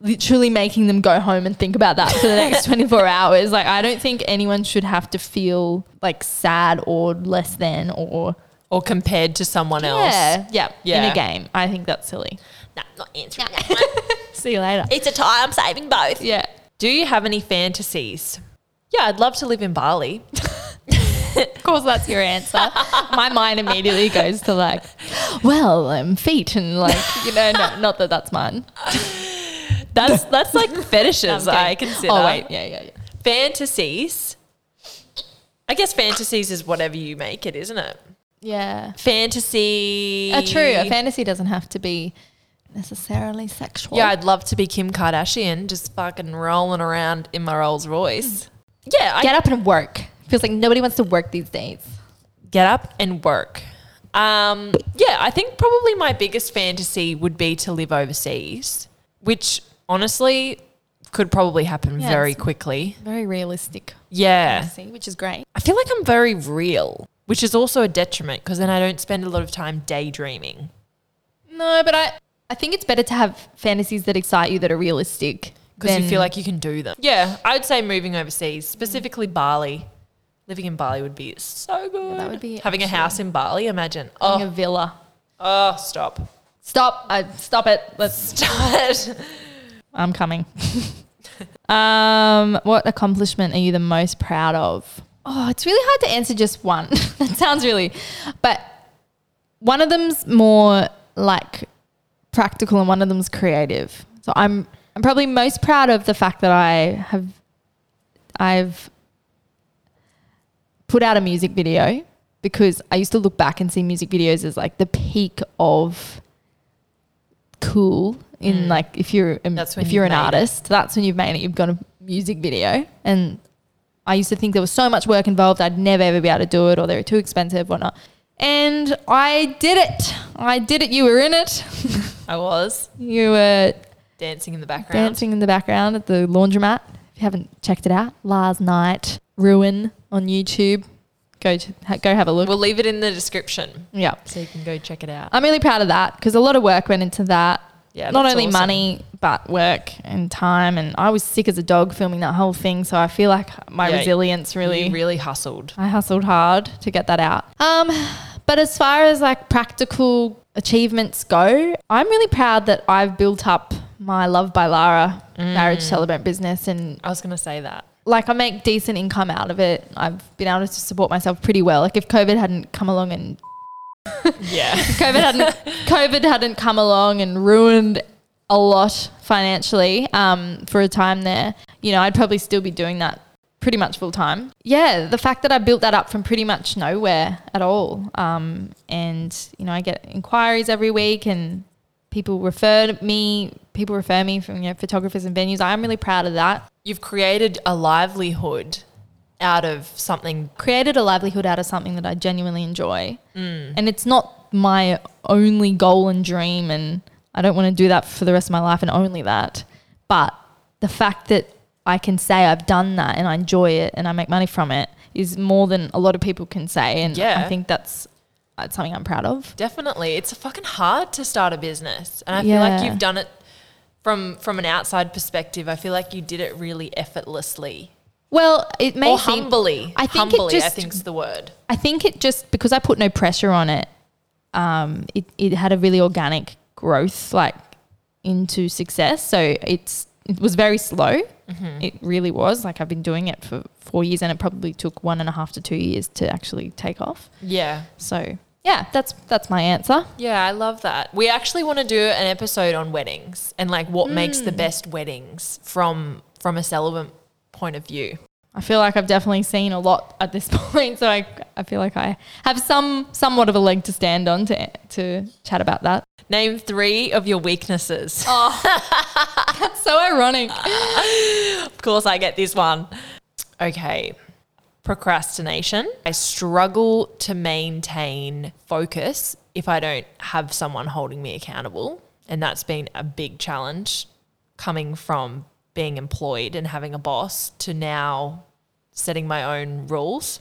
S2: literally making them go home and think about that for the
S1: [laughs]
S2: next 24 hours. Like I don't think anyone should have to feel like sad or less than or
S1: Or compared to someone else.
S2: yeah, yeah in
S1: Yeah.
S2: a game. I think that's silly.
S1: Nah, not answering
S2: [laughs]
S1: that one.
S2: See you later.
S1: It's a tie. I'm saving both.
S2: Yeah.
S1: Do you have any fantasies? Yeah, I'd love to live in Bali. [laughs]
S2: Of course, that's your answer. My mind immediately goes to like, well, um, feet and like, you know, no, not that that's mine.
S1: That's that's like fetishes
S2: I'm
S1: I
S2: kidding.
S1: consider.
S2: Oh wait, yeah, yeah, yeah.
S1: Fantasies. I guess fantasies is whatever you make it, isn't it?
S2: Yeah.
S1: Fantasy.
S2: A true. A fantasy doesn't have to be necessarily sexual.
S1: Yeah, I'd love to be Kim Kardashian, just fucking rolling around in my Rolls Royce. Mm. Yeah, I
S2: Get up and work. Feels like nobody wants to work these days.
S1: get up and work. Um, yeah, I think probably my biggest fantasy would be to live overseas, which honestly could probably happen
S2: Yeah,
S1: very
S2: it's-
S1: quickly.
S2: Very realistic.
S1: Yeah.
S2: fantasy, which is great.
S1: I feel like I'm very real, which is also a detriment because then I don't spend a lot of time daydreaming.
S2: No, but I, I think it's better to have fantasies that excite you that are realistic
S1: because you
S2: than-
S1: feel like you can do them. Yeah, I would say moving overseas, specifically Bali. Living in Bali would be so good.
S2: that would be
S1: having a
S2: actually-
S1: house in Bali. Imagine.
S2: having a
S1: Oh,
S2: villa.
S1: oh, stop,
S2: Stop. I stop it. Let's
S1: stop it.
S2: I'm coming. [laughs] um, what accomplishment are you the most proud of? Oh, it's really hard to answer just one. [laughs] that sounds really, but one of them's more like practical and one of them's creative. So I'm I'm probably most proud of the fact that I have I've put out a music video because I used to look back and see music videos as like the peak of cool in like if you're um,
S1: That's when
S2: if you're
S1: you've
S2: an
S1: made it.
S2: artist, that's when you've made it. You've got a music video and I used to think there was so much work involved, I'd never ever be able to do it, or they were too expensive, whatnot. And I did it. I did it. You were in it.
S1: [laughs] I was
S2: You were
S1: dancing in the background.
S2: dancing in the background at the laundromat. If you haven't checked it out, last night ruin on YouTube. Go to, ha, go have a look.
S1: We'll leave it in the description
S2: yeah,
S1: so you can go check it out.
S2: I'm really proud of that because a lot of work went into that.
S1: Yeah,
S2: not
S1: that's
S2: only
S1: awesome.
S2: money but work and time. And I was sick as a dog filming that whole thing, so I feel like my
S1: Yeah,
S2: resilience really,
S1: Really, really hustled.
S2: I hustled hard to get that out. Um, but as far as like practical achievements go, I'm really proud that I've built up my Love by Lara
S1: Mm.
S2: marriage celebrant business and
S1: I was going to say
S2: [laughs]
S1: that.
S2: like I make decent income out of it. I've been able to support myself pretty well. Like if COVID hadn't come along and
S1: Yeah.
S2: COVID hadn't COVID hadn't come along and ruined a lot financially um, for a time there. You know, I'd probably still be doing that pretty much full time. Yeah, the fact that I built that up from pretty much nowhere at all, um, and you know, I get inquiries every week and people refer me. People refer me from you know photographers and venues. I'm really proud of that.
S1: You've created a livelihood out of something.
S2: created a livelihood out of something that I genuinely enjoy.
S1: Mm.
S2: And it's not my only goal and dream. And I don't want to do that for the rest of my life and only that. But the fact that I can say I've done that and I enjoy it and I make money from it is more than a lot of people can say. And
S1: Yeah.
S2: I think that's, that's something I'm proud of.
S1: Definitely. It's fucking hard to start a business. And I feel like
S2: Yeah.
S1: you've done it from from an outside perspective. I feel like you did it really effortlessly.
S2: Well, it may
S1: Or
S2: seem-
S1: humbly.
S2: I think
S1: humbly,
S2: it just
S1: I think's the word.
S2: I think it just because I put no pressure on it, um, it, it had a really organic growth like into success. So it's it was very slow. It really was. Like I've been doing it for four years, and it probably took one and a half to two years to actually take off.
S1: Yeah.
S2: So yeah, that's that's my answer.
S1: Yeah, I love that. We actually want to do an episode on weddings and like what makes
S2: Mm.
S1: the best weddings from from a celibate point of view.
S2: I feel like I've definitely seen a lot at this [laughs] point, so I, I feel like I have some somewhat of a leg to stand on to to chat about that.
S1: Name three of your weaknesses.
S2: So ironic.
S1: Of course, I get this one. Okay. Procrastination. I struggle to maintain focus if I don't have someone holding me accountable. And that's been a big challenge coming from being employed and having a boss to now setting my own rules.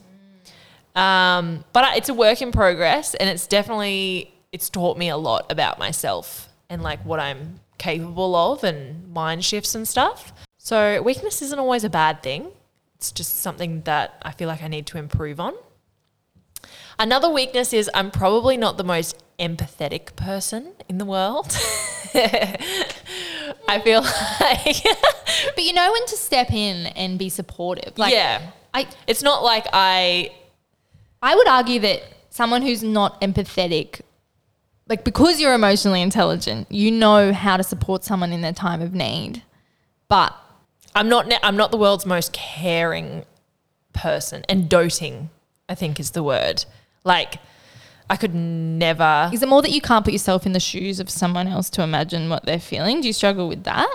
S1: Um, but I- it's a work in progress, and it's definitely it's taught me a lot about myself and like what I'm capable of and mind shifts and stuff. So weakness isn't always a bad thing. It's just something that I feel like I need to improve on. Another weakness is I'm probably not the most empathetic person in the world. [laughs] I feel like [laughs]
S2: But you know when to step in and be supportive. Like
S1: yeah.
S2: I
S1: It's not like I
S2: I would argue that someone who's not empathetic, like because you're emotionally intelligent, you know how to support someone in their time of need. But
S1: I'm not ne- I'm not the world's most caring person and doting I think is the word. Like I could never
S2: is it more that you can't put yourself in the shoes of someone else to imagine what they're feeling? Do you struggle with that?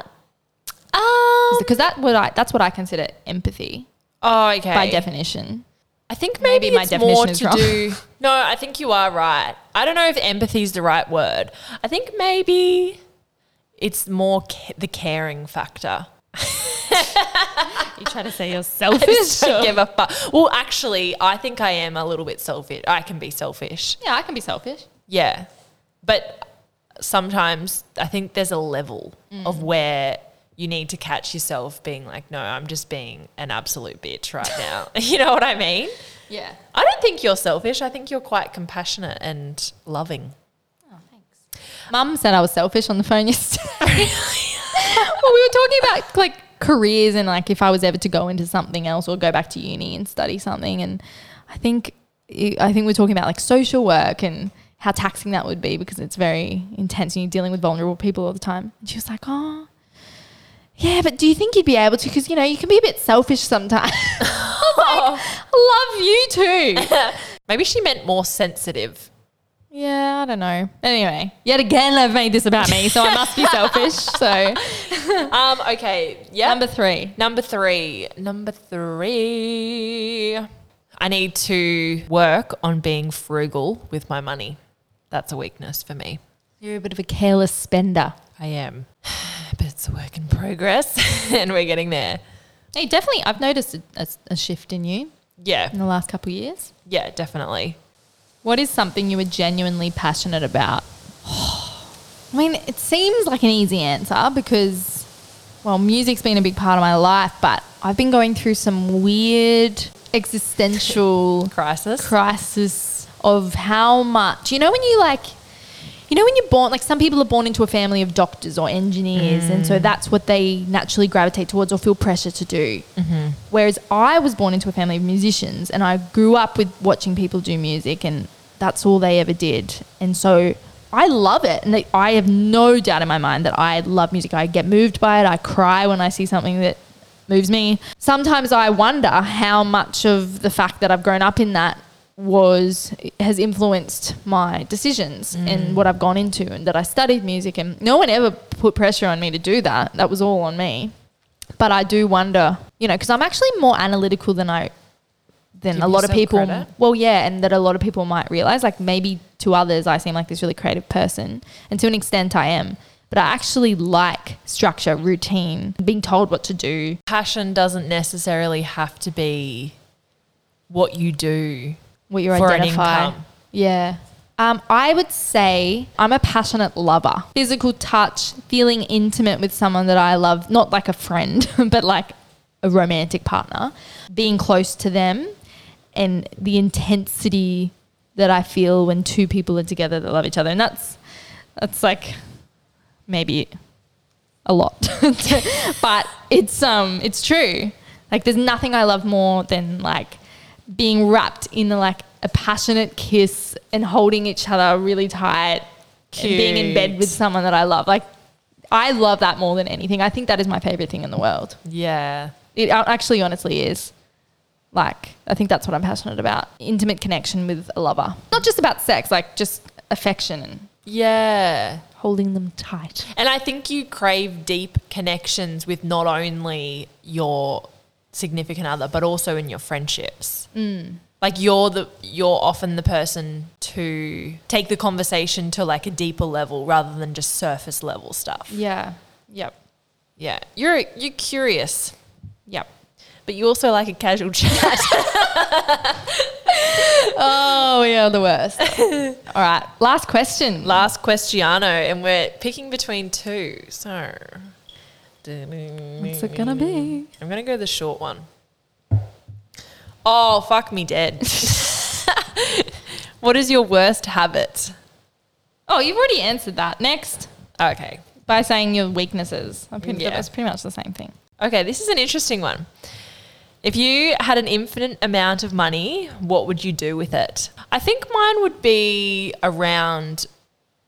S1: um,
S2: Because that what I that's what I consider empathy
S1: oh okay
S2: by definition.
S1: I think maybe,
S2: Maybe my
S1: it's
S2: definition
S1: more
S2: is
S1: to
S2: wrong.
S1: do. [laughs] No, I think you are right. I don't know if empathy is the right word. I think maybe it's more ca- the caring factor.
S2: You try to say you're
S1: [laughs] I just
S2: selfish.
S1: don't give a fuck. Well, actually, I think I am a little bit selfish. I can be selfish.
S2: yeah, I can be selfish.
S1: Yeah. But sometimes I think there's a level
S2: Mm.
S1: of where you need to catch yourself being like, no, I'm just being an absolute bitch right now. [laughs] you know what I mean?
S2: Yeah.
S1: I don't think you're selfish. I think you're quite compassionate and loving. [laughs]
S2: Oh, Mum said I was selfish on the phone [laughs] yesterday. well, we [laughs] were talking about like careers and like if I was ever to go into something else or go back to uni and study something, and I think I think we're talking about like social work and how taxing that would be because it's very intense and you're dealing with vulnerable people all the time. And she was like, "Oh, yeah, but do you think you'd be able to? Because you know you can be a bit selfish sometimes." [laughs] I [laughs] was like, I love you too.
S1: Maybe she meant more sensitive.
S2: Yeah, I don't know. Anyway, yet again, I've made this about me, so I [laughs] must be selfish. So,
S1: Um, okay. Yeah.
S2: number three.
S1: Number three. Number three. I need to work on being frugal with my money. That's a weakness for me.
S2: You're a bit of a careless spender.
S1: I am. [sighs] But it's a work in progress [laughs] and we're getting there.
S2: Hey, definitely, I've noticed a, a, a shift in you
S1: Yeah.
S2: in the last couple of years.
S1: Yeah, definitely.
S2: What is something you were genuinely passionate about? I mean, it seems like an easy answer because, well, music's been a big part of my life, but I've been going through some weird existential
S1: Crisis.
S2: crisis of how much you know when you like you know when you're born like some people are born into a family of doctors or engineers and so that's what they naturally gravitate towards or feel pressure to do whereas i was born into a family of musicians and i grew up with watching people do music and that's all they ever did and so i love it and like, i have no doubt in my mind that i love music i get moved by it i cry when i see something that moves me. Sometimes I wonder how much of the fact that I've grown up in that was has influenced my decisions
S1: Mm.
S2: and what I've gone into and that I studied music and no one ever put pressure on me to do that. That was all on me. But I do wonder, you know, because I'm actually more analytical than I than
S1: Give
S2: a lot of
S1: yourself
S2: people.
S1: credit.
S2: Well, yeah, and that a lot of people might realize. Like maybe to others, I seem like this really creative person, and to an extent, I am. But I actually like structure, routine, being told what to do,
S1: Passion doesn't necessarily have to be what you do.
S2: what you're
S1: For an
S2: identifying.
S1: income.
S2: Yeah. Um, I would say I'm a passionate lover. Physical touch, feeling intimate with someone that I love, not like a friend, [laughs] but like a romantic partner, being close to them and the intensity that I feel when two people are together that love each other. And that's that's like maybe a lot. [laughs] but it's um it's true. Like there's nothing I love more than like being wrapped in like a passionate kiss and holding each other really tight and being in bed
S1: Cute.
S2: with someone that I love. Like I love that more than anything. I think that is my favorite thing in the world.
S1: Yeah.
S2: It a- actually honestly is. Like I think that's what I'm passionate about. Intimate connection with a lover. Not just about sex, like just affection and
S1: Yeah.
S2: holding them tight.
S1: And I think you crave deep connections with not only your significant other, but also in your friendships. Mm. Like you're the you're often the person to take the conversation to like a deeper level rather than just surface level stuff.
S2: Yeah. Yep.
S1: Yeah, you're you're curious,
S2: Yep.
S1: but you also like a casual [laughs] chat.
S2: Oh, we are the [laughs] worst. All right, last question.
S1: Last questiano, and we're picking between two. So, what's
S2: What's it gonna be?
S1: I'm gonna go the short one. Oh fuck me
S2: [laughs]
S1: dead. [laughs] what is your worst habit?
S2: Oh, you've already answered that. Next,
S1: Okay,
S2: by saying your weaknesses. I pretty,
S1: Yeah.
S2: That's pretty much the same thing.
S1: okay, this is an interesting one. If you had an infinite amount of money, what would you do with it? I think mine would be around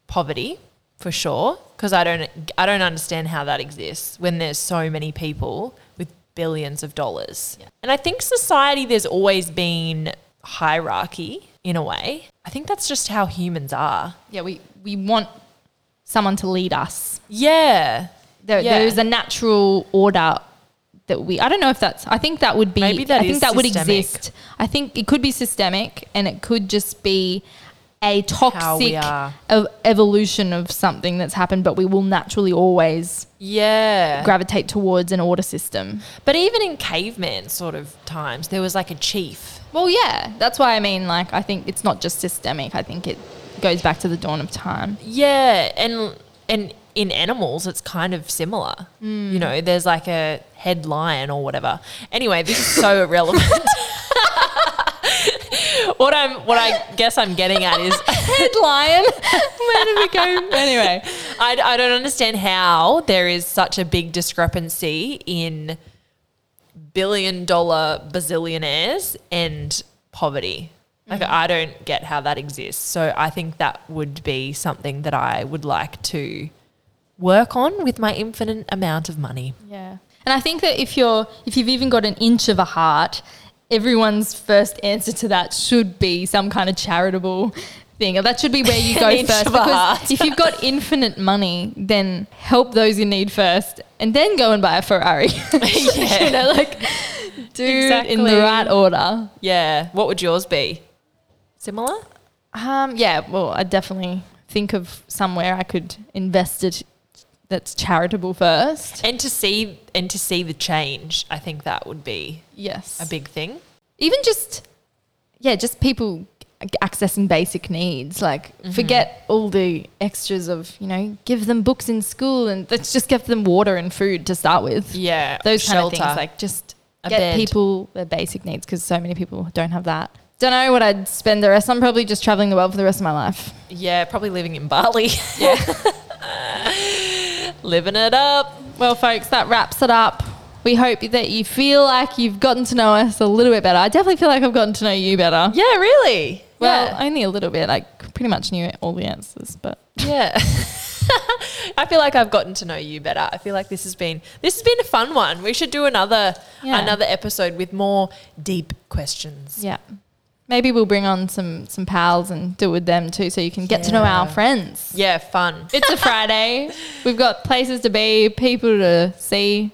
S1: poverty for sure, because I don't I don't understand how that exists when there's so many people with billions of dollars. And I think society there's always been hierarchy in a way. I think that's just how humans are.
S2: Yeah, we, we want someone to lead us.
S1: Yeah.
S2: There,
S1: Yeah.
S2: there is a natural order that we. I don't know if that's. I think that would be.
S1: Maybe that
S2: I think
S1: is
S2: that would
S1: systemic.
S2: exist. I think it could be systemic, and it could just be a toxic
S1: are.
S2: ev- evolution of something that's happened. But we will naturally always
S1: Yeah.
S2: gravitate towards an order system.
S1: But even in caveman sort of times, there was like a chief.
S2: Well, yeah, that's why I mean, like, I think it's not just systemic. I think it goes back to the dawn of
S1: [laughs]
S2: time.
S1: Yeah, and and in animals, it's kind of similar. You know, there's like a head lion or whatever. Anyway, this is so [laughs] irrelevant. what I'm, what I guess I'm getting at is,
S2: Head lion. Where did we go? Anyway,
S1: I, I don't understand how there is such a big discrepancy in billion dollar bazillionaires and poverty. Like,
S2: Mm-hmm.
S1: I don't get how that exists. So, I think that would be something that I would like to work on with my infinite amount of money.
S2: yeah, and I think that if you're, if you've even got an inch of a heart, everyone's first answer to that should be some kind of charitable thing. That should be where
S1: [laughs]
S2: you go
S1: An inch
S2: first.
S1: of a
S2: because
S1: heart.
S2: if you've got infinite money, then help those in need first, and then go and buy a Ferrari. [laughs]
S1: [laughs] Yeah.
S2: you know, like Dude, in the
S1: Exactly.
S2: right order.
S1: Yeah. What would yours be? Similar?
S2: Um, yeah, well, I definitely think of somewhere I could invest it that's charitable first.
S1: And to see and to see the change, I think that would be
S2: Yes.
S1: a big thing.
S2: even just yeah just people accessing basic needs like
S1: Mm-hmm.
S2: forget all the extras of you know give them books in school and let's just give them water and food to start with
S1: Yeah.
S2: those kind of
S1: shelter.
S2: things like just
S1: A
S2: get
S1: bed.
S2: people their basic needs because so many people don't have that don't know what i'd spend the rest i'm probably just traveling the world for the rest of my life
S1: Yeah, probably living in Bali. Yeah. [laughs] Living it up.
S2: well folks that wraps it up we hope that you feel like you've gotten to know us a little bit better i definitely feel like i've gotten to know you better
S1: Yeah, really.
S2: well
S1: [laughs] yeah.
S2: only a little bit i pretty much knew all the answers but
S1: Yeah. [laughs] I feel like I've gotten to know you better. I feel like this has been this has been a fun one. We should do another
S2: Yeah.
S1: another episode with more deep questions.
S2: Yeah. Maybe we'll bring on some some pals and do it with them too, so you can get to know our
S1: Yeah.
S2: friends.
S1: Yeah, fun. [laughs]
S2: It's a Friday. We've got places to be, people to see.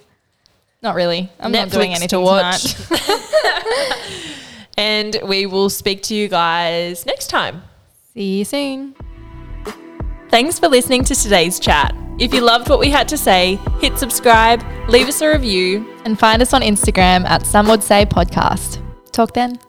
S2: Not really. I'm not doing
S1: Netflix
S2: anything
S1: to
S2: to
S1: watch.
S2: watch. Tonight.
S1: And we will speak to you guys next time.
S2: [laughs] See you soon.
S1: Thanks for listening to today's chat. If you loved what we had to say, hit subscribe, leave us a review,
S2: And find us on Instagram at Some Would Say Podcast. Talk then.